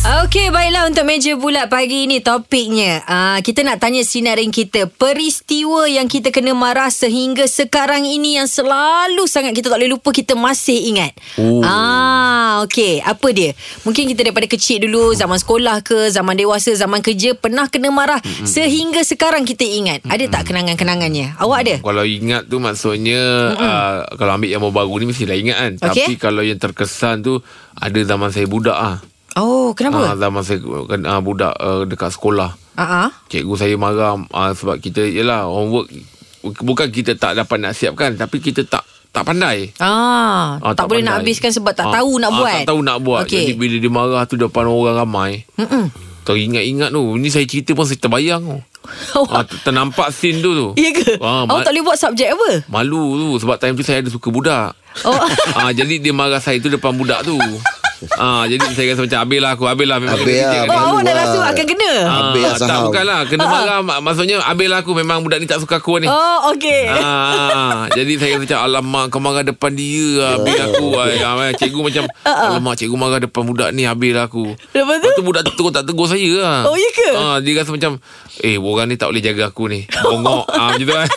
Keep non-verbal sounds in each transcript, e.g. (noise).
Okey, baiklah untuk meja bulat pagi ini topiknya. Uh, kita nak tanya sinarin kita. Peristiwa yang kita kena marah sehingga sekarang ini yang selalu sangat kita tak boleh lupa, kita masih ingat. Oh. Ah, okey. Apa dia? Mungkin kita daripada kecil dulu, zaman sekolah ke, zaman dewasa, zaman kerja, pernah kena marah mm sehingga sekarang kita ingat. Ada tak kenangan-kenangannya? Awak ada? Kalau ingat tu maksudnya uh, Kalau ambil yang baru-baru ni Mestilah ingat kan Okey. Tapi kalau yang terkesan tu Ada zaman saya budak ah. Ah, Oh, kenapa? zaman saya uh, budak uh, dekat sekolah Ah, uh-huh. Cikgu saya marah uh, Sebab kita Yelah homework Bukan kita tak dapat nak siapkan Tapi kita tak tak pandai Ah, Ah, tak, boleh pandai. nak habiskan sebab tak Ah, tahu nak ah, buat. Tak tahu nak buat. Okey. Okay. (laughs) Jadi bila dia marah tu depan orang ramai. Mm-mm. Teringat-ingat tu. Ni saya cerita pun saya terbayang tu. ah, ter- ternampak scene tu tu. Oh. Ya ke? Ah, Awak ma- tak boleh buat subjek apa? malu tu sebab time tu saya ada suka budak. Oh. (laughs) ah, jadi dia marah saya tu depan budak tu. ah, jadi saya rasa macam habislah aku, habislah memang Habis kena lah, reject Oh, Malu awak dah lah. rasa awak akan kena? Ah, Habis lah tak sahau. bukanlah (laughs) Kena marah mak- Maksudnya Habislah aku Memang budak ni tak suka aku ni Oh, okey. Ah, jadi saya macam Alamak kau marah depan Ya. dia Habis aku Ah, ay, ay, eh, Cikgu macam Alamak cikgu marah depan budak ni Habis lah aku Ah, Lepas tu? Lepas tu budak tu terus tak tegur saya lah. Oh, ya ke? Ah, dia rasa macam Eh orang ni tak boleh jaga aku ni Bongok ah, Macam tu kan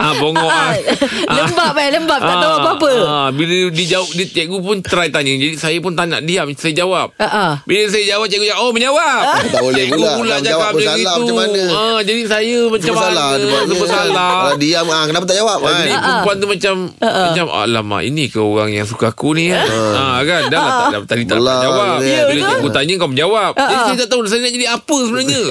ah, Bongok ah. (laughs) Lembab eh, lembab. Tak tahu apa-apa. ah, Bila dia jawab dia, Cikgu pun try tanya Jadi saya pun tak nak diam Saya jawab Ah, ah. Bila saya jawab Cikgu jawab Oh menjawab Tak boleh Cikgu pula. pula Kalau cakap jawab pun macam salah, itu macam mana? ah, Jadi saya macam Cuma salah mana dia buatnya. Sebab salah Kalau diam ah kenapa tak jawab kan? jadi perempuan tu macam Ah, Macam Alamak ini ke orang yang suka aku ni kan ha, kan Dah lah tak, dah, Tadi tak Ah. Belah, nak jawab belah. Bila Ya, cikgu betul. tanya kau menjawab Ah, Jadi saya tak tahu Saya nak jadi apa (laughs) sebenarnya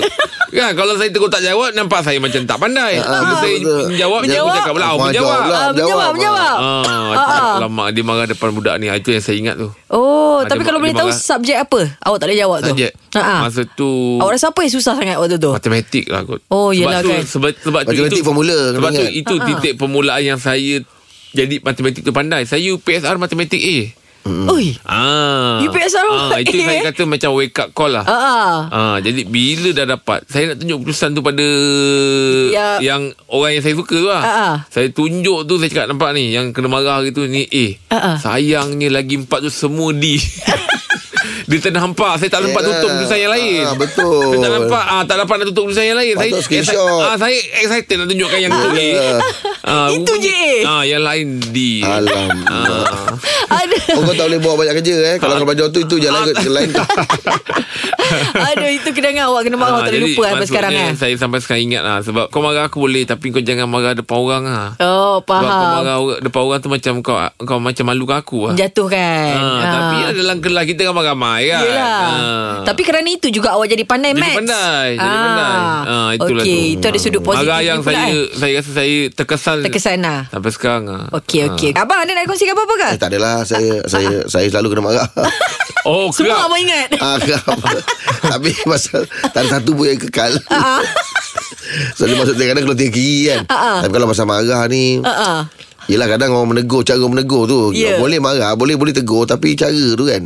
Kan kalau saya tegur tak jawab Nampak saya macam tak pandai Kalau Ah, saya betul. jawab Cikgu Menjawab. cakap pula Oh Kau menjawab jawab lah. Ah, menjawab, Jawab, menjawab. Ah, Alamak dia marah depan budak ni Ah, Itu yang saya ingat tu Oh, Ada tapi mak- kalau ada boleh tahu marah. subjek apa? Awak tak boleh jawab tu. Sajak Ah, ah. Masa tu Awak rasa apa yang susah sangat waktu tu? Matematik lah kot Oh, Sebab yelah tu, kan. Ah, Sebab, sebab Matematik tu, itu, formula, kena Sebab tu ingat. itu Ha-ha. titik permulaan yang saya Jadi matematik tu pandai Saya PSR matematik A Oi. Ah, You PSR ah, Itu A. saya kata macam wake up call lah (laughs) Ah, ah. Ah, jadi bila dah dapat Saya nak tunjuk keputusan tu pada Ya. Yang orang yang saya suka tu lah Ah, ah. Saya tunjuk tu Saya cakap nampak ni Yang kena marah hari tu Ni A Ah, ah. Sayangnya lagi empat tu semua (laughs) D Dia tak nampak Saya tak sempat Yelah. tutup keputusan yang lain Ah, betul. Saya tak nampak ah, Tak dapat nak tutup keputusan yang lain Patut saya, screenshot. ah, saya excited nak tunjukkan yang tu A Yelah. ah, Itu je A. ah, Yang lain D Alamak. Ah. Ada. (laughs) Oh, kau tak boleh buat banyak kerja eh. Kalau kau belajar tu itu je lain ke lain. Ada itu kenangan awak kena marah awak Ah, tak boleh jadi lupa sampai maksudnya sekarang eh. Saya sampai sekarang ingat lah Sebab kau marah aku boleh Tapi kau jangan marah depan orang lah Oh, Sebab kau faham. marah orang, depan orang tu macam kau kau macam malukan aku lah. Menjatuhkan. Ha, Ah. Tapi dalam kelas kita ramai-ramai kan. Yelah. Ha. Tapi kerana itu juga awak jadi pandai Jadi maths. pandai, jadi pandai. Ah, itulah Okey, tu. Ah. itu ada sudut positif. Marah yang ni pula, saya eh. saya rasa saya terkesan Terkesan lah. sampai sekarang lah. Okey, okey. Abang ada nak kongsikan apa-apa ke? Eh, tak adalah saya saya saya selalu kena marah. (laughs) Ha. Oh, Semua kelab. abang ingat. Ah, kenapa? Tapi pasal tak ada satu pun yang kekal. Ah. (laughs) So dia masuk kadang kalau tiga kiri kan. Tapi kalau pasal marah ni Ah, ah. Yelah kadang orang menegur Cara menegur tu yeah. Ya. Boleh marah Boleh boleh tegur Tapi cara tu kan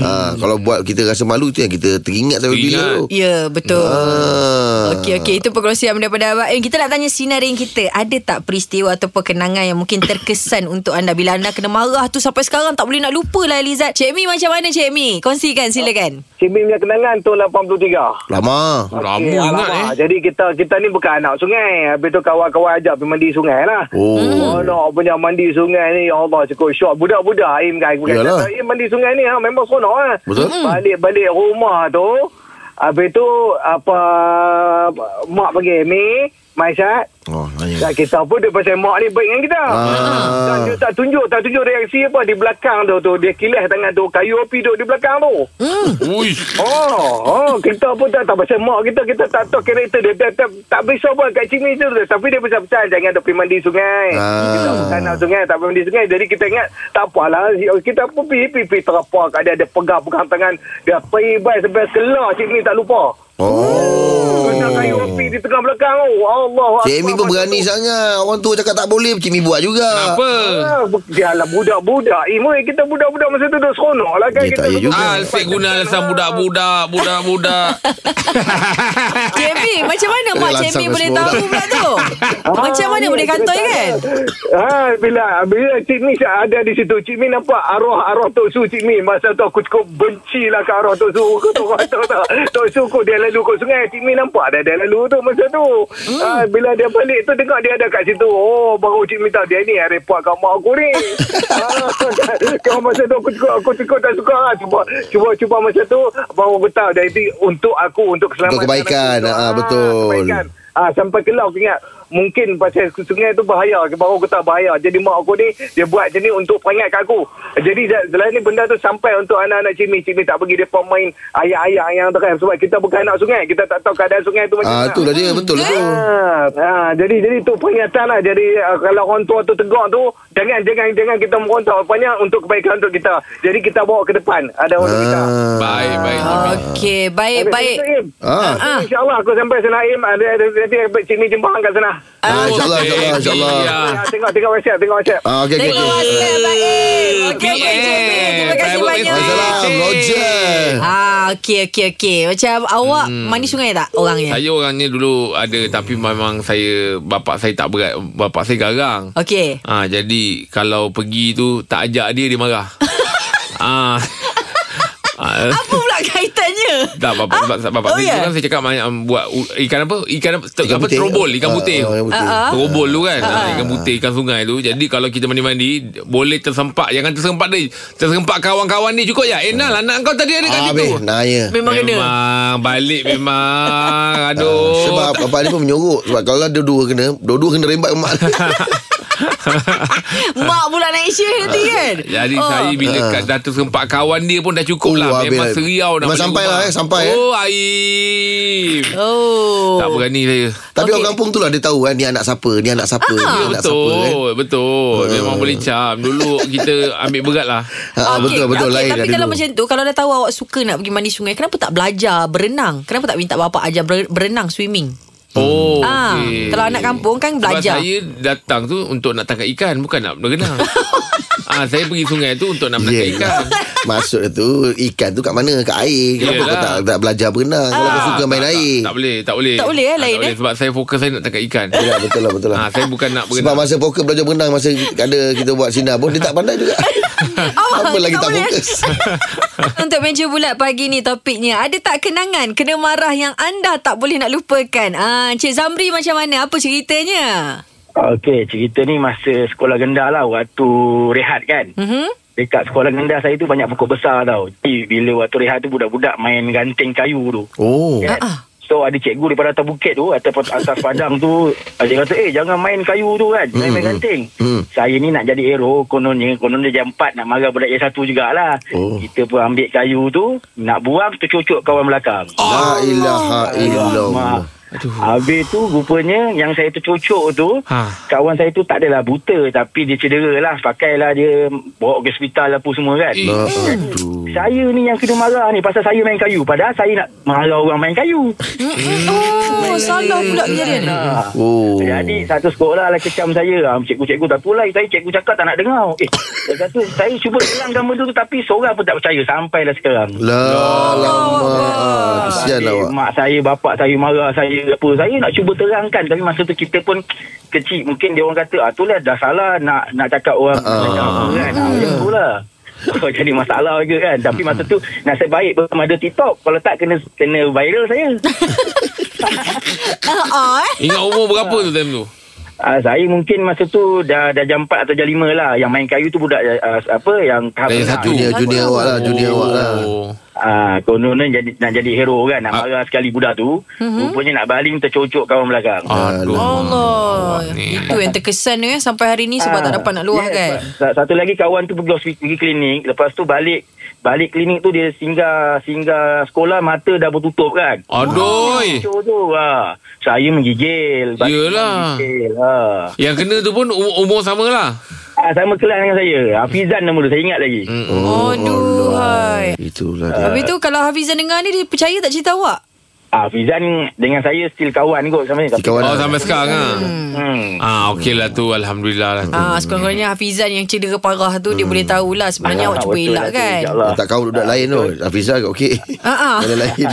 ha, Kalau buat kita rasa malu tu yang Kita teringat sampai bila tu Teringat. Ya, betul. Ah. Okey okey itu perkongsian daripada Abang Im. Kita nak tanya sinarin kita. Ada tak peristiwa atau kenangan yang mungkin terkesan (coughs) untuk anda bila anda kena marah tu sampai sekarang tak boleh nak lupa lah Elizad. Cik Mi macam mana Cik Mi? Kongsikan silakan. Cik Min punya kenangan tahun 83. Lama Lama Okey, ingat alamak. eh. Jadi kita kita ni bukan anak sungai. Habis tu kawan-kawan ajak pergi mandi sungai lah. Oh. Oh, nak punya mandi sungai ni. Ya Allah, cukup syok. Budak-budak Aim kan. Bukan Yalah. kata, Aim mandi sungai ni ha, memang seronok lah. Betul. Mm. Balik-balik rumah tu. Habis tu, apa, mak panggil Aim. Maisyat, Oh nanya dan kita pun dia pasal mak ni baik dengan kita. Ah. Dan dia tak tunjuk, tak tunjuk reaksi apa di belakang tu. tu. Dia kilas tangan tu, kayu api duduk di belakang tu. Ui. Oh, oh, kita pun tak tahu pasal mak kita, kita tak tahu karakter dia. Dia tak, tak besar pun kat sini tu. Tapi dia pesan-pesan jangan tak pergi mandi sungai. Ah. Kita bukan nak sungai, tak pergi mandi sungai. Jadi kita ingat, tak apalah. Kita pun pergi, pergi, pergi terapar kat dia. Dia pegang-pegang tangan. Dia pergi baik sampai kelar cik ni tak lupa. Oh Kena kayu api di tengah belakang tu. Allah. Cik Amy pun berani sangat. Orang tua cakap tak boleh, Cik Amy buat juga. Apa? Ah, Jalan budak-budak. Imo kita budak-budak masa tu dah seronok lah kan. Ya, tak ya juga. Ah, Alfie guna alasan budak-budak, (laughs) budak-budak. JB macam mana mak Eh, JB langsung boleh semua tahu orang. pula (laughs) tu? macam mana boleh kantoi kan? Ha, bila bila Cik Mi ada di situ, Cik Mi nampak arwah-arwah Tok Su Cik Mi. Masa tu aku cukup benci lah kat arwah Tok Su. (laughs) Kau tahu kau tahu tak? Tok Su kau dia lalu kat sungai. Cik Mi nampak dah dia lalu tu masa tu. Ha, bila dia balik tu tengok dia ada kat situ. Oh, baru Cik Mi tahu dia ni yang repot kat mak aku ni. ha, (laughs) kau masa tu aku cukup, aku cukup tak suka lah. Cuba, cuba, cuba masa tu baru aku tahu dia itu untuk aku, untuk keselamatan. aku. kebaikan. Untuk- Ah, ah, betul. Kebaikan. Ah sampai kelau aku ingat mungkin pasal sungai tu bahaya baru aku tahu bahaya jadi mak aku ni dia buat macam ni untuk peringatkan aku jadi selain ni benda tu sampai untuk anak-anak cimi cimi tak pergi depa main ayah-ayah yang terang sebab kita bukan anak sungai kita tak tahu keadaan sungai tu macam Ah, mana tu lah dia. Betul lah tu. Ah, ah, jadi jadi tu peringatan lah. Jadi ah, kalau orang tua tu tegur tu jangan jangan jangan kita merontok. Rupanya untuk kebaikan untuk kita. Jadi kita bawa ke depan ada orang kita. Ah. Baik, baik. Okey, baik, Eh, baik. Ah. Ah. InsyaAllah aku sampai sana Im Ada ada nanti Cik Mi jembang kat sana Ah, InsyaAllah, insyaAllah, Okey, insyaAllah. Amy, ah. ah. Tengok tengok WhatsApp Tengok WhatsApp Ah, okey, okey, Terima ya? okey. kasih, baik. Okey, Abang JB. Terima kasih Private banyak. message. Waalaikumsalam, Cik. Roger. Ah, okey, okey, okey. Macam awak mandi sungai tak orangnya? Hmm. Saya orangnya dulu ada tapi memang saya bapak saya tak berat, bapak saya garang. Okey. (laughs) Ah ha, jadi kalau pergi tu tak ajak dia dia (laughs) marah. ah. ah. Apa pula kaitannya? Tak bapak sebab sebab bapak Oh, oh, saya ya? yeah. kan saya cakap banyak um, buat u- ikan apa? Ikan apa? Ikan apa putih. terobol, ikan Ah, putih. ah, ikan putih. Ah, ah. Terobol tu kan ha, Ikan putih Ikan sungai tu Jadi kalau kita mandi-mandi Boleh tersempak Jangan tersempak dia Tersempak kawan-kawan ni Cukup ya Enal anak kau tadi ada kat Ah, situ habis, naya. Memang kena. Memang Balik memang Aduh Ah, Sebab bapak dia pun menyorok Sebab kalau dua-dua kena Dua-dua kena rembat ke mak (laughs) Mak pula naik share nanti kan? Jadi oh. saya bila uh. dah tersempak kawan dia pun dah cukup Ah. Oh, lah Memang habis. seriau dah Memang balik sampai rumah. lah, eh, sampai, eh. Oh Aib Oh. Tak berani saya Tapi Okey. Ah. orang kampung tu lah Dia tahu kan Ni anak siapa Ni anak siapa Ni Ya, anak siapa betul kan Betul Memang boleh cam Dulu kita ambil berat lah Ah, Betul betul okey, lain Tapi dari kalau dulu. macam tu Kalau dah tahu awak suka nak pergi mandi sungai Kenapa tak belajar berenang? Kenapa tak minta bapak ajar ber- berenang, swimming? Oh Ah, okey. kalau anak kampung kan Sebab belajar. saya datang tu Untuk nak tangkap ikan Bukan nak (laughs) berenang Ah, saya pergi sungai tu untuk nak menangkap Yeah. ikan. lah. Maksud dia tu Ikan tu kat mana Kat air Kenapa Yelah. kau tak, tak belajar berenang Kalau kau suka main Ah, tak, air Tak, tak boleh, tak boleh. Tak boleh, eh, Ah, lain, tak boleh eh? sebab saya fokus saya nak tangkap ikan. Yelah, Betul lah betul lah Ah, saya bukan nak Sebab berenang. masa poker belajar berenang Masa ada kita buat sinar pun Dia tak pandai juga Apa lagi tak Oh, boleh. fokus (laughs) Untuk meja bulat pagi ni topiknya Ada tak kenangan kena marah yang anda tak boleh nak lupakan? Ah, Encik Zamri macam mana? Apa ceritanya? Okey, cerita ni masa sekolah rendah lah waktu rehat kan. Mhm. Dekat sekolah rendah saya tu banyak pokok besar tau. Jadi bila waktu rehat tu budak-budak main ganting kayu tu. Oh Ya. Kan? Ah, So ada cikgu daripada atas bukit tu Atas, atas padang tu Dia kata eh jangan main kayu tu kan Jangan main ganting Mm. Saya ni nak jadi hero Kononnya Kononnya jam 4 Nak marah budak jam 1 jugalah Oh. Kita pun ambil kayu tu Nak buang tercucuk kawan belakang La ilaha illallah Oh. Aduh. Habis tu rupanya yang saya tercucuk tu Ha. ha. kawan saya tu tak adalah buta tapi dia cedera lah pakailah dia bawa ke hospital apa semua kan. Eh. La- Aduh Saya ni yang kena marah ni pasal saya main kayu padahal saya nak marah orang main kayu. Oh, salah pula kejadian. Ha. Oh Jadi satu sekolah lah kecam saya Ah, Cikgu-cikgu tak pulai Saya cikgu cakap tak nak dengar Eh dia kata Saya cuba hilangkan benda tu Tapi seorang pun tak percaya Sampailah sekarang La lama Ah, Kesian Eh, awak Mak saya, bapak saya marah saya apa. Saya nak cuba terangkan tapi masa tu kita pun kecil. Mungkin dia orang kata, ah itulah dah salah nak nak cakap orang Ah. cakap apa kan. Ah, macam tu lah. (laughs) Oh, jadi masalah ke kan Tapi masa tu Nasib baik belum ada TikTok Kalau tak kena kena viral saya Ah, ah, eh. Ingat umur berapa tu time tu? uh, Saya mungkin masa tu Dah dah jam 4 atau jam 5 lah Yang main kayu tu budak uh, Apa yang tahap Yang rendah. satu. Junior junior Aku- awak lah Junior awak lah Oh. Ah, kononnya jadi nak jadi hero kan nak Ah. marah sekali budak tu rupanya nak baling tercocok kawan belakang Ya, Aduh. Allah. Ni. Itu yang terkesan eh, sampai hari ni Ah, sebab tak dapat nak luah yes. kan? Sa- Satu lagi kawan tu pergi, hospi- pergi klinik, lepas tu balik balik klinik tu dia singgah singgah sekolah mata dah bertutup kan. Aduh. Cucuk tu ha. Saya menggigil. balik Yelah. Menggigil. Ha. Yang kena tu pun um- umur sama lah. Ah, sama kelas dengan saya. Hafizan nama dia, saya ingat lagi. Hmm. Aduh, hai. Itulah dia Habis tu kalau Hafizan dengar ni dia percaya tak cerita awak? Ah, Fizan dengan saya still kawan kot sama ni. Tapi- Kawan Oh sampai sekarang ah. Hmm. Ah okey lah tu alhamdulillah lah tu. Ah, sekurang-kurangnya Hafizan yang cedera parah tu dia boleh tahulah sebenarnya awak cuba betul elak lah tu, kan. InsyaAllah. tak kau budak lain tu Hafizah kat okey Ah, ah. Ada lain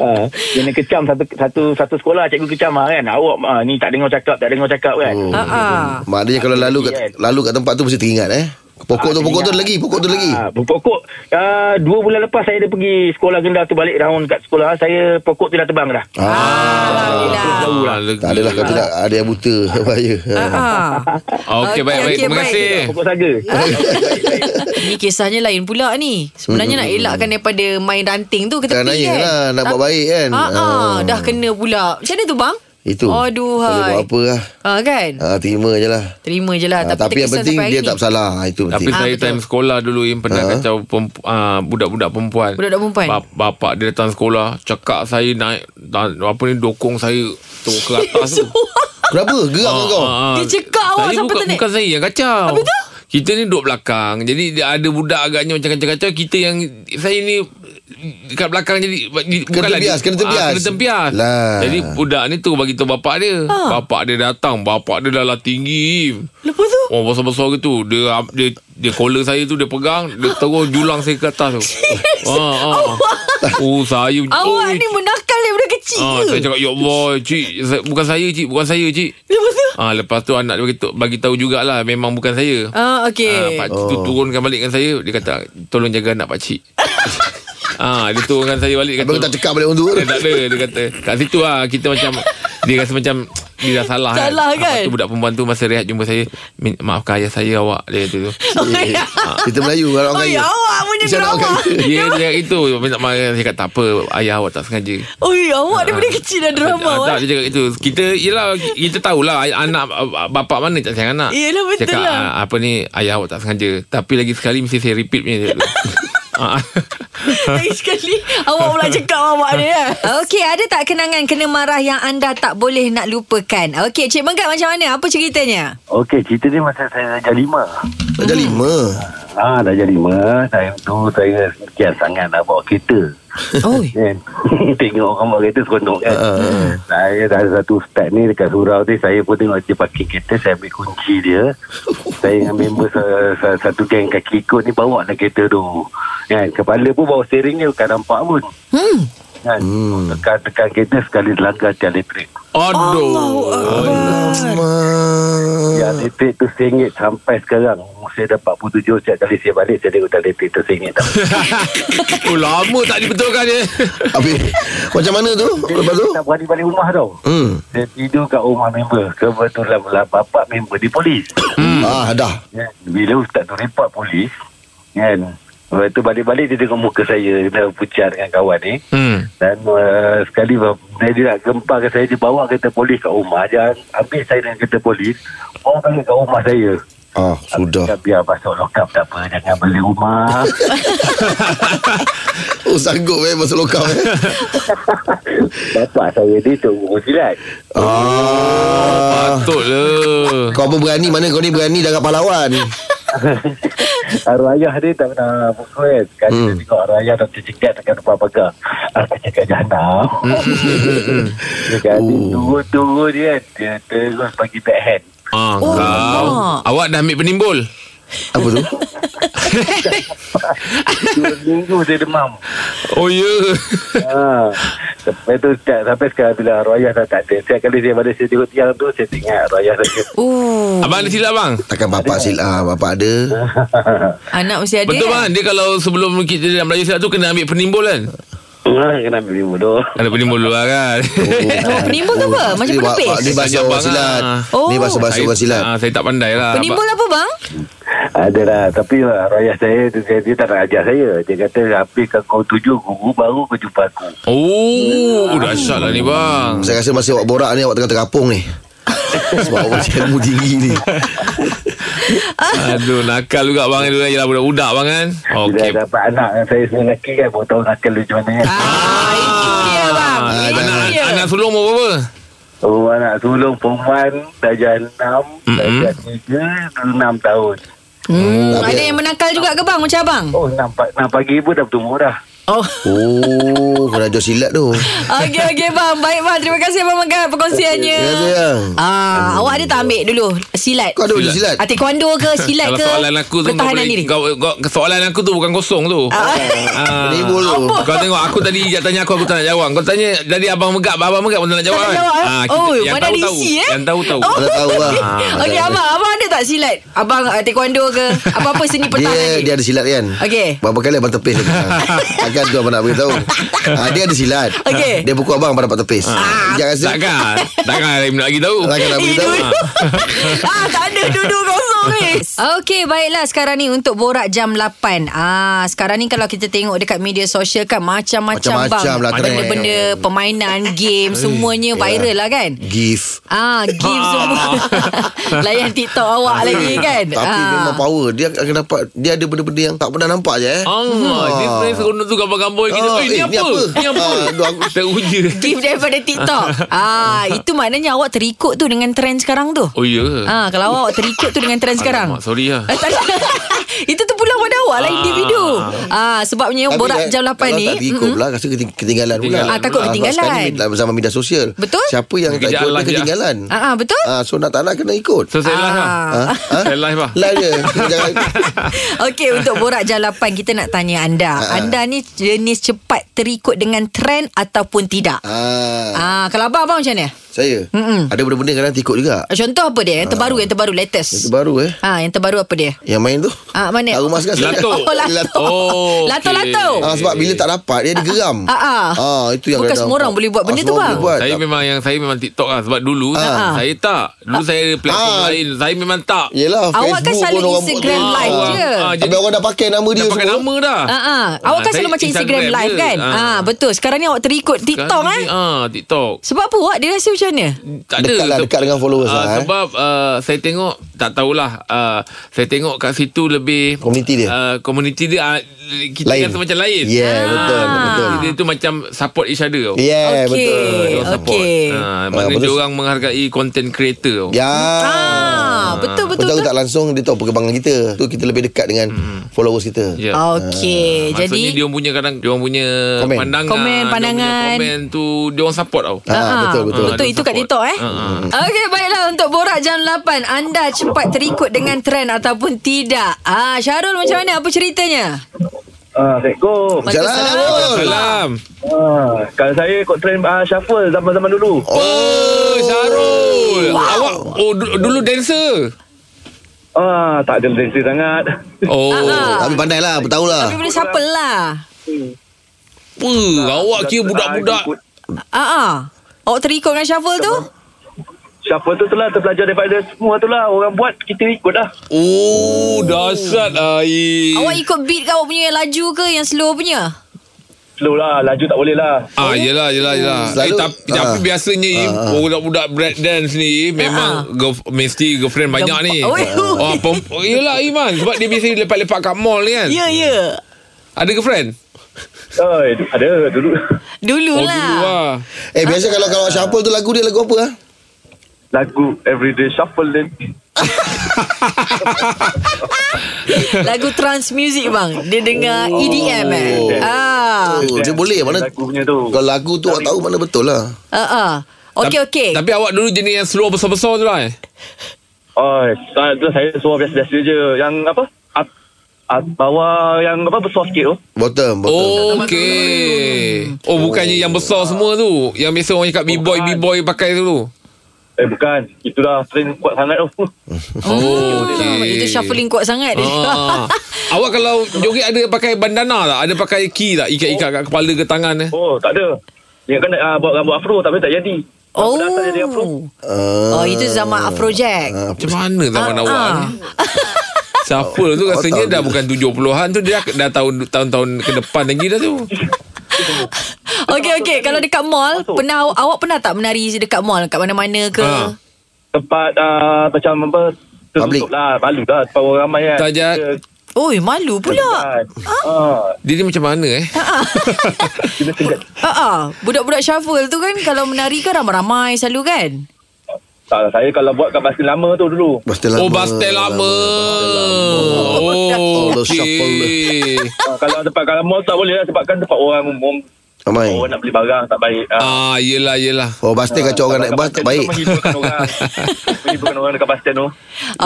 Ah, Kena kecam satu satu satu sekolah cikgu kecam ah kan. Awak ah, ni tak dengar cakap, tak dengar cakap kan. Oh. (laughs) Ha ah. Maknanya kalau lalu kat, lalu kat tempat tu Mesti teringat eh Pokok tu pokok tu ada lagi Pokok tu ada lagi Ah, pokok ah, dua bulan lepas saya dah pergi sekolah rendah tu balik round kat sekolah saya pokok tu dah tebang dah. Alhamdulillah. Ah, Tak adalah kalau tidak Ada yang buta (laughs) Bahaya Ah. Okey baik baik Okey, terima baik. kasih. Pokok saga. Ni kisahnya lain pula ni. Sebenarnya nak elakkan daripada main ranting tu ke tepi Tak kan. nanya lah Nak buat baik kan Ha ah, Ah. dah kena pula. Macam mana tu bang? Itu Aduh Boleh hai. buat apa lah Ah kan? Ah, Terima je lah Terima je lah Ah, Tapi, Tapi yang terkesan penting sampai hari Dia ni. tak (laughs) bersalah Itu Tapi penting saya betul. time sekolah dulu yang pernah Ha? kacau pempu, uh, budak-budak perempuan. Budak-budak perempuan? Bap, bapak dia datang sekolah, cakap saya naik ta, apa ni dokong saya tu ke atas (laughs) tu. Kenapa gerak Ah, kan kau ah, ah. Dia cekak awak Saya sampai bukan, ternaik. Bukan saya yang kacau. Habis tu? Kita ni duduk belakang. Jadi dia ada budak agaknya macam kacau-kacau. Kita yang saya ni dekat belakang jadi di- terbias, di- kena terbias. Ah, kena terbias. Lah. Jadi budak ni tu bagi tahu bapak dia. Ah. Ha. Bapak dia datang, bapak dia dah lah tinggi. Lepas tu Oh besar-besar gitu Dia dia dia collar saya tu Dia pegang Dia terus julang saya ke (laughs) atas tu ha, ha. Oh saya Awak oh, ni menakal daripada kecil Ah, ke? saya cakap ya Allah cik saya, bukan saya cik bukan saya cik. Lepas tu Ah lepas tu anak dia bagi, tu- bagi tahu jugalah memang bukan saya. Ah Ah okey. pak cik Oh. tu turunkan balik dengan saya dia kata tolong jaga anak pak (laughs) cik. ah dia turunkan saya balik dia Abang kata tak cekak balik untuk dia (laughs) tak ada Dia kata Kat situ lah Kita macam Dia rasa macam Dia dah salah kan Salah kan? Lepas tu budak perempuan tu Masa rehat jumpa saya "Min- Maafkan ayah saya awak Dia (laughs) kata tu (laughs) Oh, ya. Eh, Kita Melayu Orang Oh, kaya ya awak punya Macam nak drama. orang kaya Dia dia cakap itu Minta maaf Saya cakap tak apa Ayah awak tak sengaja Oh, ya awak daripada kecil dah drama. eh? Ah, awak. tak, dia cakap itu Kita Yelah Kita tahulah ay- Anak ah, Bapak mana tak sayang anak Yelah, betul cakap, lah. ah, Apa ni Ayah awak tak sengaja Tapi lagi sekali Mesti saya repeat punya (laughs) dia kata. Ah. Lagi sekali awak pula cakap awak ya. dia. Okey, ada tak kenangan kena marah yang anda tak boleh nak lupakan? Okey, Cik Mengkat macam mana? Apa ceritanya? Okey, cerita ni masa saya darjah lima. Dah lima Ah, darjah lima. Saya tu saya sekian sangat nak bawa kereta. Oi. Kan? (laughs) tengok orang bawa kereta seronok kan. Uh. Saya dah ada satu start ni dekat surau tu. Saya pun tengok dia parking kereta. Saya ambil kunci dia. saya dengan member sa- sa- satu geng kaki ikut ni bawa lah kereta tu. Kan? Kepala pun bawa steering dia. Bukan nampak pun. Hmm. Kan? Hmm. Tekan-tekan kereta sekali langgar tiada elektrik. Hmm. Aduh Alamak Ya, elektrik tu RM1 sampai sekarang. Umur Saya dah 47, setiap kali saya balik, saya tengok tak elektrik tu RM1 tak. Oh lama tak dibetulkan dia Habis Macam mana tu Lepas tu tak berani balik rumah tau. Hmm Saya tidur kat rumah member. Kebetulan lah bapak member di polis. Hmm. Ah dah Ya, Bila ustaz tu report polis, kan, Lepas tu balik-balik dia tengok muka saya Dia pucat dengan kawan ni hmm. Dan uh, sekali uh, dia, dia nak gemparkan saya Dia bawa kereta polis kat rumah Dia ambil saya dengan kereta polis Orang balik kat rumah saya Ah sudah Dia biar masuk lokap tak apa Jangan balik rumah Oh sanggup eh Masuk lokal eh Bapak saya ni tu guru silat. (laughs) Ah Patutlah Kau pun berani Mana kau ni berani Dah kat pahlawan Arwah ayah dia tak pernah pukul kan. Sekali hmm. dia tengok arwah ayah dah tercegat dekat depan pagar. Aku cakap jahanam. Jadi turun-turun dia, kan?" dia terus bagi backhand. Ah, oh. Oh. kau. Awak dah ambil penimbul. Apa tu Dua minggu dia demam. Oh ya. Yeah. ha. Sampai tu tak, sampai sekarang bila arwah ayah dah tak ada. Setiap kali saya balik saya tengok tiang tu, saya tengok arwah ayah saya. Oh, Abang ada silap bang. Takkan bapak sila ah, Bapak ada anak mesti ada. Betul eh? bang. Dia kalau sebelum kita dalam Melayu silap tu kena ambil penimbul kan. Ah, Kena beli bodoh. Ada penimbul dulu lah kan. Oh, penimbul ke apa? Macam Dia ba- penepis? ba- Dia bahasa Abang orang ah. silat Oh. Dia bahasa bahasa (laughs) Saya- orang silat Ah, saya tak pandai lah. Penimbul apa bang? Adalah lah. Tapi uh, arwah ayah saya tu, dia, dia tak nak ajar saya Dia kata Habis kau tujuh guru Baru kau jumpa aku Oh, dahsyat lah ni bang. Saya rasa masa awak borak ni Awak tengah terkapung (laughs) ni Sebab awak macam ilmu tinggi ni Aduh, nakal juga bang. Dulu ialah budak-budak bang kan. Bila Okey. dapat anak dengan saya seorang lelaki kan Baru tahu nakal dia macam mana kan Ah, itu dia bang. Ah, Itu anak, dia. anak sulung mau apa? Oh anak sulung perempuan Darjah 6 Mm-mm. Darjah 3 6 tahun Hmm, Tapi- ada yang menakal juga ke bang macam abang? Oh 6, 6 pagi pun dah bertumur dah Oh. Oh Kena ajar silat tu Okey okey bang. Baik bang. Terima kasih bang Makan perkongsiannya. Terima kasih, bang. Ah, awak ada tak ambil dulu silat? Kau ada uji Ah, silat taekwondo ke silat Kalau Lah, ke? soalan aku tu kau pertahanan boleh diri. kau, kau, soalan aku tu bukan kosong tu. Ah. Ni bulu Kau tengok aku tadi ijat tanya aku aku tak nak jawab. Kau tanya dari abang megap, abang megap pun tak nak jawab. Tak kan? nak jawab, eh? kita- Oh, yang mana tahu, ada tahu. isi, eh? Yang tahu tahu. Oh. Mana tahu (laughs) lah Okey abang, abang ada tak silat? Abang uh, taekwondo ke? Apa-apa seni pertahanan (laughs) Dia diri? dia ada silat kan Okey. Berapa kali abang tepis (laughs) dia kena. Takkan tu abang nak beritahu ha, Dia ada silat Ah, Okey. Ah. Dia pukul abang abang dapat tepis ha. Jangan rasa Takkan. Takkan Rahim nak bagi tahu. Takkan nak Eh, beritahu duduk. (laughs) ah, tak ada duduk kosong ni. Okey, baiklah sekarang ni untuk borak jam 8. Ah, sekarang ni kalau kita tengok dekat media sosial kan macam-macam Macam-macam bang. lah, ya. trend. Benda-benda (laughs) permainan, game semuanya viral lah kan. Gift Ah, (laughs) give semua. (laughs) Layan TikTok awak lagi kan. Tapi ah. memang power Dia akan dapat Dia ada benda-benda yang tak pernah nampak je eh Allah, dia sebenarnya Hmm. seronok tu gambar-gambar kita. Oh, Ah, Eh, ni eh, ni apa? apa? Ni apa? Ah, aduh, aku- Teruja. Give daripada TikTok. ah, itu maknanya awak terikut tu dengan trend sekarang tu. Oh, ya. Ah, kalau awak terikut tu dengan trend sekarang. Alamak, sorry lah. Eh, tak ada. (laughs) Itu tu pulang pada awak lah Ah. individu. Ah sebabnya Tapi borak dah- jam 8 kalau ni. tak ikut mm-mm. pula Rasa keting- ketinggalan pula Ketinggalan. Ah, takut sebab ketinggalan. sekarang ni dalam Zaman media sosial Betul. Siapa yang tak Kejar ikut lah, dia kejar. ketinggalan Ah, ah, betul? Ah, So nak tak nak kena ikut So, saya live lah. Ah, ah? Saya (laughs) live lah. Live je Kita Jangan (laughs) Okey untuk borak jam 8 kita nak tanya anda. Ah. Anda ni jenis cepat terikut dengan trend ataupun tidak? Ah, Ah kalau abang abang macam mana? saya Mm-mm. Ada benda-benda yang kadang ikut juga Ah, Contoh apa dia? Yang terbaru, yang terbaru latest. Baru eh Ah yang terbaru apa dia? Yang main tu Ah, mana? Kat rumah sekarang saya- Lato. Oh, lato. Oh, (laughs) lato, okey. lato. Ah, sebab bila tak dapat Dia digeram ah, ah. ah Itu yang kadang- Bukan Ah, semua orang boleh buat benda tu, semua bang. boleh buat. Saya Tak- memang yang saya memang TikTok lah sebab dulu Ah. saya tak. Dulu saya ada platform Ah. Ya, lain. Saya memang tak. Yelah Awak kan Ah, Facebook selalu pun orang buat Instagram tu. live Ah. je. Ah, Habis jadi- orang dah pakai nama dia Dah pakai semua. nama dah. Ah, ah. Awak kan saya selalu macam Instagram, live je. kan? Ah. betul. Sekarang ni awak terikut TikTok Sekarang eh. ni, Ah, TikTok. Sebab apa awak dia rasa macam mana? Tak ada. Dekat lah, Seb- dekat dengan followers ah, lah, eh. Sebab uh, saya tengok, tak tahulah. Uh, saya tengok kat situ lebih... Komuniti dia? Uh, komuniti dia, uh, kita Lain. lain. kata macam lain. Ah. Yeah, betul, betul. Dia tu macam support each other. tau. Yeah Okey. betul Dia orang support. Okey. Ah, maknanya betul. dia orang menghargai content creator. tau. Ya Ah, betul betul. Betul betul. tak langsung Dia tahu perkembangan kita Tu kita lebih dekat dengan Hmm. Followers kita Yeah. Oh, Okey, Eh, jadi Ah. Maksudnya dia orang punya kadang dia orang punya Komen. pandangan, Komen, dia orang punya pandangan. komen tu dia orang support tau. Ah, betul, betul. Betul Ah, itu kat support. TikTok eh. Ah, ah. Okey, baiklah untuk borak jam 8, anda cepat terikut dengan trend ataupun tidak? Ah, Syarul macam mana? Apa ceritanya? Ah, Assalamualaikum. Jalan Rul. Salam. Ah, kalau saya ikut trend ah, shuffle zaman-zaman dulu. Oh, Syarul. Awak oh du- dulu (laughs) dancer. Ah, tak ada lensi sangat. Oh. Ah, Tapi pandai lah Bertahu lah Tapi boleh siapa lah. Apa? Awak kira budak-budak. Ah, ikut Ah, ah. Awak terikut dengan shuffle tu? Shuffle tu telah terpelajar daripada semua tu lah. Orang buat, kita ikut lah. Oh, dahsyat air. Awak ikut beat ke awak punya yang laju ke yang slow punya? Slow lah, laju tak boleh lah. Ah, yelah, yelah, yelah. Selalu- eh, tapi, ah. tapi biasanya ni, budak-budak break dance Ah, ni memang girlf- mesti girlfriend banyak (laughs) ni. Oh, Oh, pem- yelah Iman. Sebab dia biasa lepak-lepak kat mall ni kan. Ya, ya. Ada girlfriend? Oi, ada dulu. (laughs) Oh, dulu Dululah. lah. Eh biasa kalau kalau shuffle tu lagu dia lagu apa ah? Lagu Everyday Shuffle dan Lagu trance music bang. Dia dengar Oh. EDM eh. Ah. Oh, dia boleh mana Lagu punya tu. kalau lagu tu awak tahu mana betul lah. Ah ah. Okey Tap- okey. Tapi awak dulu jenis yang slow besar-besar tu lah eh? Oi, saya tu saya suara biasa-biasa je. Yang apa? At, at, bawah Ah, yang apa besar sikit tu. Bottom, bottom. Oh, Okey. Oh, bukannya yang besar semua tu. Yang biasa orang cakap B-boy, Bukan. B-boy pakai tu. Eh bukan, itulah trend kuat sangat tu. (laughs) Oh, Oh, Itu shuffling kuat sangat dia. (laughs) Ah. Awak kalau joget ada pakai bandana tak? Ada pakai key tak? Ikat-ikat kat kepala ke tangan eh? Oh, tak ada. Dia kan nak ah, buat rambut afro tapi tak jadi. Oh. Rambut atas jadi afro. Ah. Oh, itu zaman Afrojack. Macam mana zaman Ah, awak ah. ni? Siapa tu rasanya tahu dah dia. bukan 70-an tu Dia dah tahun tahun-tahun ke depan lagi dah tu Okey okey, kalau dekat mall, Masuk. pernah awak, awak pernah tak menari dekat mall, kat mana-mana ke? Ah. Tempat ah, macam apa Public. tertutup lah, malu lah tempat orang ramai kan. Tajat. Kita- Oi, malu pula. Kan. Ah, Dia ni macam mana eh? kita segan. Ah ah, budak-budak shuffle tu kan kalau menari kan ramai-ramai selalu kan? Tak lah, saya kalau buat kat pasir lama tu dulu. Bastel lama. Oh, bastel lama. lama. Oh, Allah, shuffle okey. Ah, kalau tempat kalau mall tak boleh lah sebab kan tempat orang umum. Amai. Orang nak beli barang tak baik. Ah, Ah, yelah, yelah. Oh, pasti kacau orang naik kat bas bus stand tak tu baik. Menghiburkan (laughs) orang. menghiburkan orang dekat bus stand tu.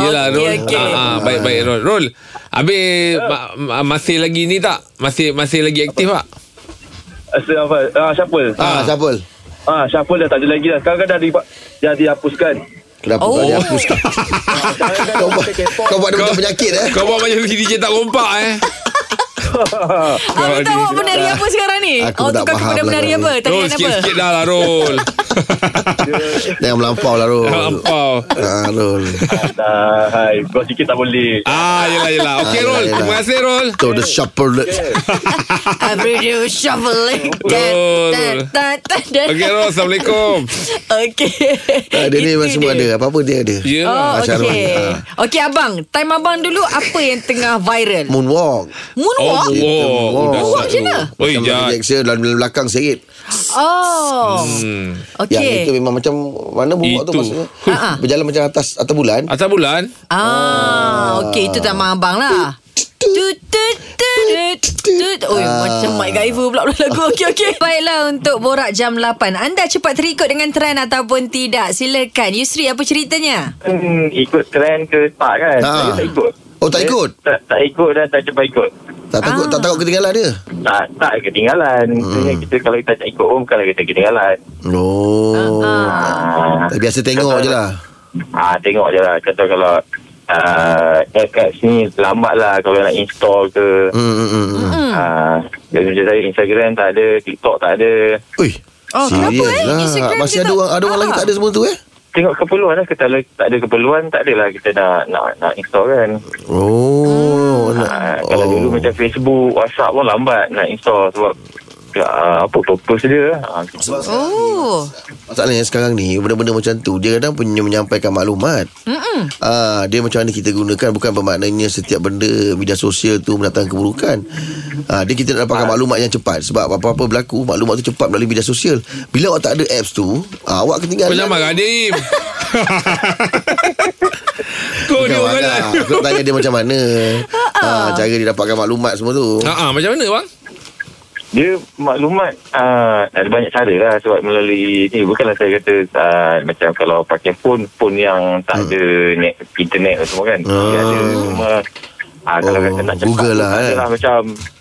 Yelah, Okey, Rol. okey. Ah, ah, baik, baik, Rol. Rol, habis ma- ma- masih lagi ni tak? Masih masih lagi aktif tak? Asal apa? Ah, shuffle. Ah, siapa? Ah, shuffle dah tak ada lagi dah. Sekarang kan dah, di, dah dihapuskan. Kenapa Oh. kau dia (laughs) hapus kau? Kau buat kau buat dia macam penyakit eh. Kau buat macam DJ tak kompak eh. Abang tak awak menari apa sekarang ni? Aku oh, tak tukar faham kepada lah menari kau apa? ni. Tarian Rol, apa? sikit-sikit dah lah, Rol. Jangan melampau lah Rul. Lampau. Ah, Rul. Dah, hai. Kau sikit tak boleh. Ah, yelah, yelah. Okey, Ah, Rol. yelah, Terima yelah. kasih, Rol. To the shopper. Every day shuffling. (laughs) Rol. Okey, Rol. Assalamualaikum. (laughs) Okay. Ah, Dia ni Itu memang semua ada. Apa-apa dia ada. Ya. Oh, Ah, Syarul. okey. Okey, abang. Time abang dulu apa yang tengah viral? Moonwalk. Oh, Moonwalk? wow. Moonwalk. Moonwalk macam mana? Oi, Macam Michael Jad. Jackson dalam belakang serit. Oh. Hmm. Yang itu Okey. memang macam mana buat tu Itu. maksudnya. Ah, ah. Berjalan macam atas atas bulan. Atas bulan? Ah, okey itu tak abang lah. Tut tut tut tut. Oi, Ah. macam Mike Gaiver pula pula lagu. Okey (laughs) okey. Baiklah untuk borak jam 8. Anda cepat terikut dengan trend ataupun tidak? Silakan. Yusri apa ceritanya? Hmm, ikut trend ke tak kan? Ha. Saya tak ikut. Oh, tak Saya ikut? Tak, tak ikut dah, tak cepat ikut. Tak takut Ah. tak takut ketinggalan dia. Tak, tak ketinggalan. Hmm. Maksudnya kita kalau kita tak ikut orang, kalau kita ketinggalan. Oh. Ah, Tak biasa tengok je lah. ah tengok je lah. Contoh kalau uh, dekat sini lambat lah kalau nak install ke. Hmm, hmm, hmm, hmm. Hmm. Ah, jadi macam saya Instagram tak ada, TikTok tak ada. Ui. Oh, kenapa, serius eh? Instagram Masih dia ada tak- orang ada orang Ah. lagi tak ada semua tu eh? Tengok keperluan lah. Kita, kalau tak ada keperluan, tak adalah kita nak nak, nak install kan. Oh. Ah, nak- kalau oh. dulu macam Facebook, WhatsApp pun lambat nak install sebab ah, apa purpose dia. Ah, Oh. Masalahnya sekarang ni Benda-benda macam tu Dia kadang punya menyampaikan maklumat Hmm. Mm-mm. Ah, Dia macam mana kita gunakan Bukan bermaknanya Setiap benda Media sosial tu Mendatang keburukan ah, Dia kita nak dapatkan maklumat yang cepat Sebab apa-apa berlaku Maklumat tu cepat melalui media sosial Bila awak tak ada apps tu ah, Awak Kau ketinggalan jangan marah dia (laughs) Im Kau Bukan lah. ni orang lah. marah. lain Aku nak tanya dia macam mana ah, Cara dia dapatkan maklumat semua tu Ha macam mana bang? Dia maklumat uh, ada banyak cara lah sebab melalui ni bukanlah saya kata uh, macam kalau pakai phone phone yang tak ada net internet apa semua kan. Ah. Dia ada cuma Ah, kalau Oh, kata nak cepat Google lah, tak eh. adalah macam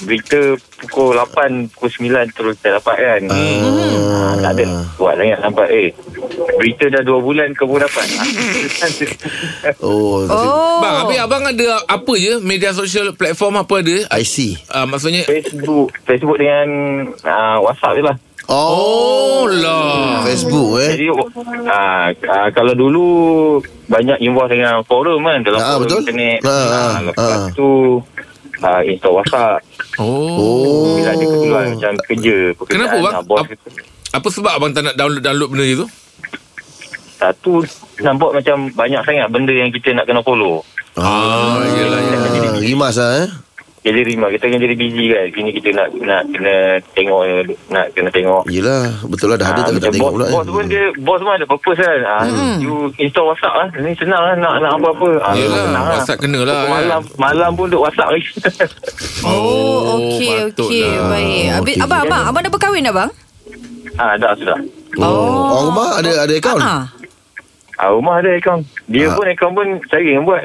berita pukul 8 pukul 9 terus dah dapat kan ah, tak ada buat sangat sampai eh berita dah 2 bulan ke Ah, pun dapat Oh, Oh. Bang habis abang ada apa je Media sosial platform apa ada I see Ah, (laughs) Maksudnya Facebook Facebook dengan uh, WhatsApp je lah Oh, Oh lah Facebook eh Jadi uh, uh, kalau dulu banyak involve dengan forum kan dalam Ah, forum betul. internet. Ah, ah, Ah, lepas ah. tu uh, install WhatsApp Oh Oh bila ada keperluan macam kerja pekerjaan. Kenapa, bang? ah, Bos, Ap- Apa sebab abang tak nak download-download benda itu? satu nampak macam banyak sangat benda yang kita nak kena follow. Ah, yelah, yelah. Ah, Rimas lah eh Jadi rimah kita kan jadi busy kan. Sini kita nak nak kena tengok nak kena tengok Yelah Betul lah dah Ah, ada Tapi tak macam tengok bos, pula bos pun dia Bos pun ada purpose kan ah, You install whatsapp lah Ni senang lah Nak, nak apa-apa ah, Yelah, senang WhatsApp kena lah, Pukul kan. Malam, malam pun duk whatsapp lagi (laughs) Oh, okey okey. patutlah. Baik. Habis Okey. abang abang abang dah berkahwin dah bang? ah, Dah sudah Oh, oh rumah ada ada akaun. Ah. (laughs) ah, Rumah ada account Dia Ah. pun account pun Saya yang buat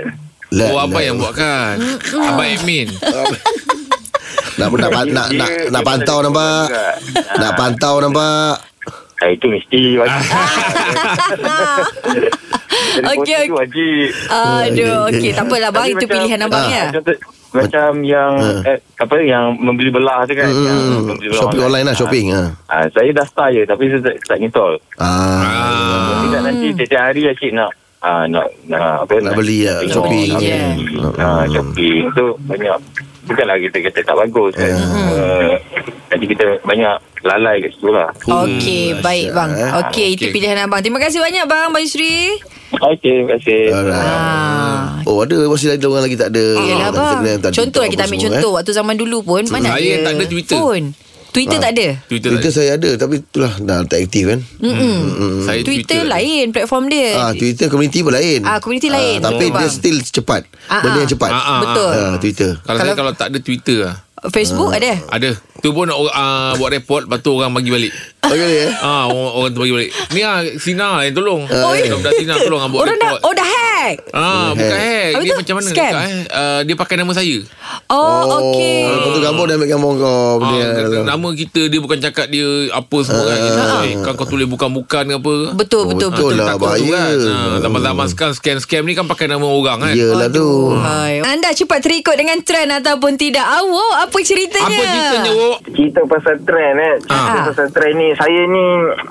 Lah, Oh abang lah. yang buatkan Abang admin Hmm. Nak nak nak nak, nak, nak pantau nampak. Nak pantau nampak. ah, Itu mesti wajib Jadi bos Okey, lah. tu Wajib Aduh, okey. Tak apalah bang, Tapi itu macam- pilihan abang ah, ya. macam tu- Macam yang eh, Apa Yang membeli belah tu kan yang Ah. Hmm, membeli belah kan. shopping online lah shopping ah. Ah, saya dah start je Tapi saya tak, tak install Ah, ah. Tidak nanti setiap hari asyik nak ah, nak, nak, apa, Nak beli lah, tengok, shopping. Hmm. nak Yeah. beli. Ah, shopping tu banyak bukanlah kita kata tak bagus kan Hmm. uh, jadi kita banyak lalai kat situ lah Okey, baik bang. eh. Okey, itu Okey. pilihan abang. Terima kasih banyak bang, Bang Yusri. Okay, terima kasih alright. Ah. Oh ada masih ada orang lagi tak ada. Yelah Eh, Tak ada bang. Instagram, tak ada Contoh lah TikTok kita apa semua, ambil eh? contoh waktu zaman dulu pun mana Saya tak ada Twitter. Phone. Twitter tak ada. Eh. Twitter Twitter, Twitter, saya ada tapi itulah dah tak aktif kan. saya Twitter lain platform dia. Ah Twitter community pun lain. Eh. Ah, community lain. Tapi Betul, dia bang. still cepat. Ah, Benda ah. yang cepat. Ah, ah. Betul. Ah Twitter. Kalau, saya kalau tak ada Twitter lah Facebook ada? Ada. Tu pun uh, buat report lepas tu orang bagi balik. Okey eh. Ah orang, orang tu bagi balik. Ni ah Sina yang tolong. Oh, ya Budak Sina tolong ah, buat Orang dah, report. oh dah hack. Ah, bukan hack. Habis Dia tu, macam mana? scam? Bukan, eh? Uh, dia pakai nama saya. Oh, okey. Lepas tu gambar dia ambil gambar kau Ah, punya. kata nama kita dia bukan cakap dia apa semua Ah, kan. Uh, kan kau tulis bukan-bukan ke apa. Betul, Oh, betul, betul betul. lah. Takut tu bahaya. kan. Ah, Zaman-zaman sekarang scam-scam ni kan pakai nama orang kan. Yelah tu. Hai. Anda cepat terikut dengan trend ataupun tidak? Awak, apa ceritanya? Apa ceritanya, Wok? Cerita pasal trend eh Cerita Ah. pasal trend ni Saya ni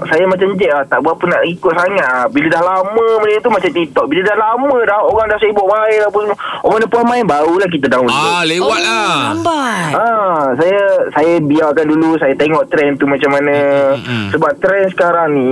Saya macam Jack lah Tak berapa nak ikut sangat lah. Bila dah lama benda tu Macam TikTok Bila dah lama dah Orang dah sibuk main apa semua Orang dah puan main Barulah kita download Ah, lewat lah. Oh, Lambat. Ah, saya saya biarkan dulu saya tengok trend tu macam mana sebab trend sekarang ni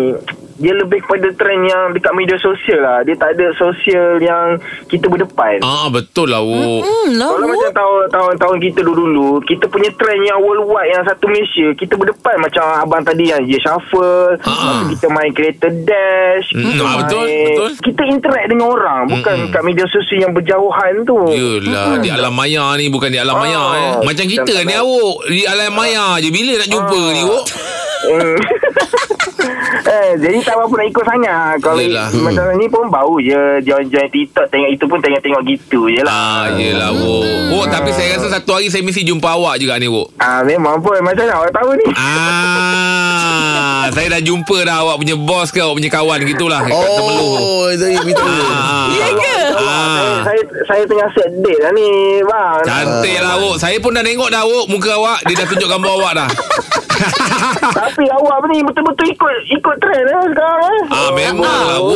dia lebih kepada trend yang dekat media sosial lah. Dia tak ada sosial yang kita Oh. berdepan. Ah, betul lah, Wok. Hmm, lah, Kalau Wok. macam tahun, tahun-tahun kita dulu-dulu Kita punya trend yang worldwide Yang satu Malaysia Kita berdepan Macam abang tadi Yang dia shuffle Ah. uh Kita main kereta dash Mm, kita ah, betul, betul. Mm, Kita interact dengan orang Bukan Mm-mm. kat media sosial yang berjauhan tu Ya. Yelah Di alam maya ni Bukan di alam Ah, maya eh. Macam kita macam ni tak- awak Di alam maya je Bila nak jumpa ni awak Hmm. eh, jadi tak apa nak ikut sangat Kalau Yelah. i- macam ni pun bau je Join-join TikTok Tengok itu pun tengok-tengok gitu je Ah, lah yelah awak Wok tapi saya rasa Satu hari saya mesti jumpa awak juga ni Wok ah, Memang pun Macam mana awak tahu ni Ah, saya dah jumpa dah awak punya bos ke awak punya kawan gitulah kat Temeluh. Oh, itu itu. Ah, Ya ke? ah. saya, saya tengah set date lah ni Bang Cantik lah awak. Saya pun dah tengok dah awak muka awak dia dah tunjuk gambar awak dah. Ah. Tapi awak ni betul-betul ikut ikut trend eh sekarang eh. Ah, memang lah awak.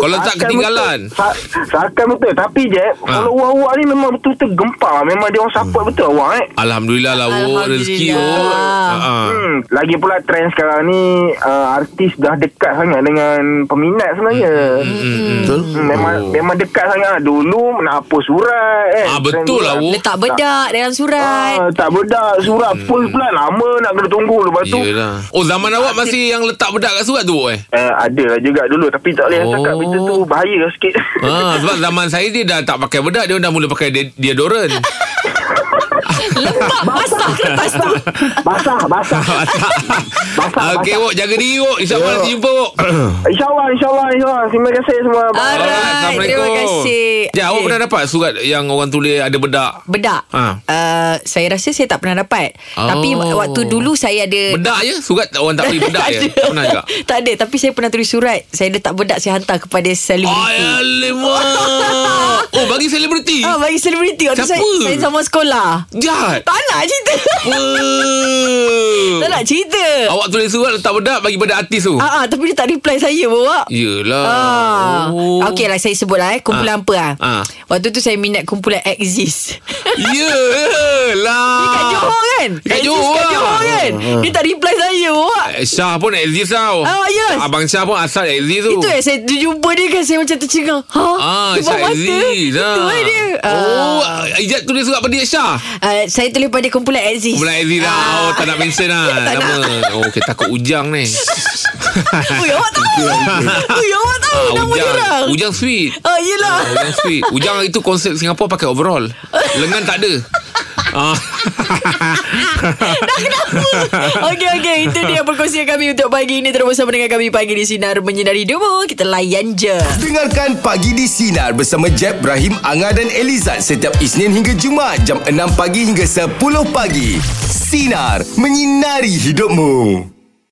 Kalau tak Seakan ketinggalan. betul. Sa- Seakan betul Tapi je Ah. Kalau awak ni Memang betul-betul gempar Memang dia orang support Hmm. betul awak eh Alhamdulillah lah awak rezeki Alhamdulillah. awak. Ah, ah. Hmm, lagi pula trend sekarang ni uh, artis dah dekat sangat dengan peminat sebenarnya. Hmm. Betul. Hmm, memang Oh. memang dekat sangat. Dulu nak hapus surat eh. Ah, Trend betul lah, surat. Wok. Letak bedak dalam surat. Ah, tak bedak surat hmm. post pula lama nak kena tunggu lepas tu. Yelah Oh zaman awak masih yang letak bedak kat surat tu Wok, (laughs) eh Eh, ada lah juga dulu tapi tak boleh oh. cakap Oh. benda tu bahaya sikit. Ha, sebab zaman saya dia dah tak pakai bedak Dia dah mula pakai de- deodorant (laughs) Lepak basah kertas tu. (laughs) basah, (laughs) basah. basah, Okay basah. Wok Ah, Jaga diri Wok InsyaAllah nanti jumpa Wok InsyaAllah, insyaAllah, insyaAllah. Terima kasih semua. Alright, terima kasih. Ya awak Okey. pernah dapat surat Yang orang tulis ada bedak Bedak. Ah. Uh, saya rasa saya tak pernah dapat. Oh. Tapi waktu dulu saya ada Bedak je Surat orang tak beri bedak (laughs) je Tak pernah juga tak ada Tapi saya pernah tulis surat Saya letak bedak Saya hantar kepada selebriti Alamak Oh bagi selebriti Ah, bagi selebriti Waktu saya, Siapa? saya sama sekolah Jahat Tak nak cerita Apa Tak nak cerita Awak tulis surat letak bedak Bagi bedak artis tu Ah, ah, Tapi dia tak reply saya bawa Ya. Yelah Oh. Ah. Okey lah saya sebut lah eh Kumpulan Ah. apa lah Ah. Ya. Waktu tu saya minat kumpulan Exist Yelah Kat Johor kan Kat Exist Johor Kat lah. Johor kan Dia tak reply saya bawa Eh, Syah pun exist tau Ah, yes. Abang Syah pun asal exist tu Itu eh saya jumpa dia kan Saya macam tercengang Ha? Ah, Sebab Syah mata exist Itu ah. eh dia Oh Ah. Ijat tulis surat pada dia Syah Uh, saya tulis pada kumpulan Ah. Aziz. Kumpulan exist lah Oh tak nak mention lah (laughs) Tak Nama Oh okay, takut ujang ni Ui, awak tahu. Ui, awak tahu Ah, nama dia Ujang orang. Ujang sweet Oh, yelah. Ah, Ujang sweet Ujang hari tu konsep Singapura pakai overall Lengan tak ada Ah. Okey, okey. Itu dia perkongsian kami untuk pagi ini. Terus bersama dengan kami pagi di Sinar Menyinari Demo. Kita layan je. Dengarkan Pagi di Sinar bersama Jeb, Ibrahim, Anga dan Elizad setiap Isnin hingga Jumaat jam 6 pagi hingga 10 pagi. Sinar. Menyinari hidupmu.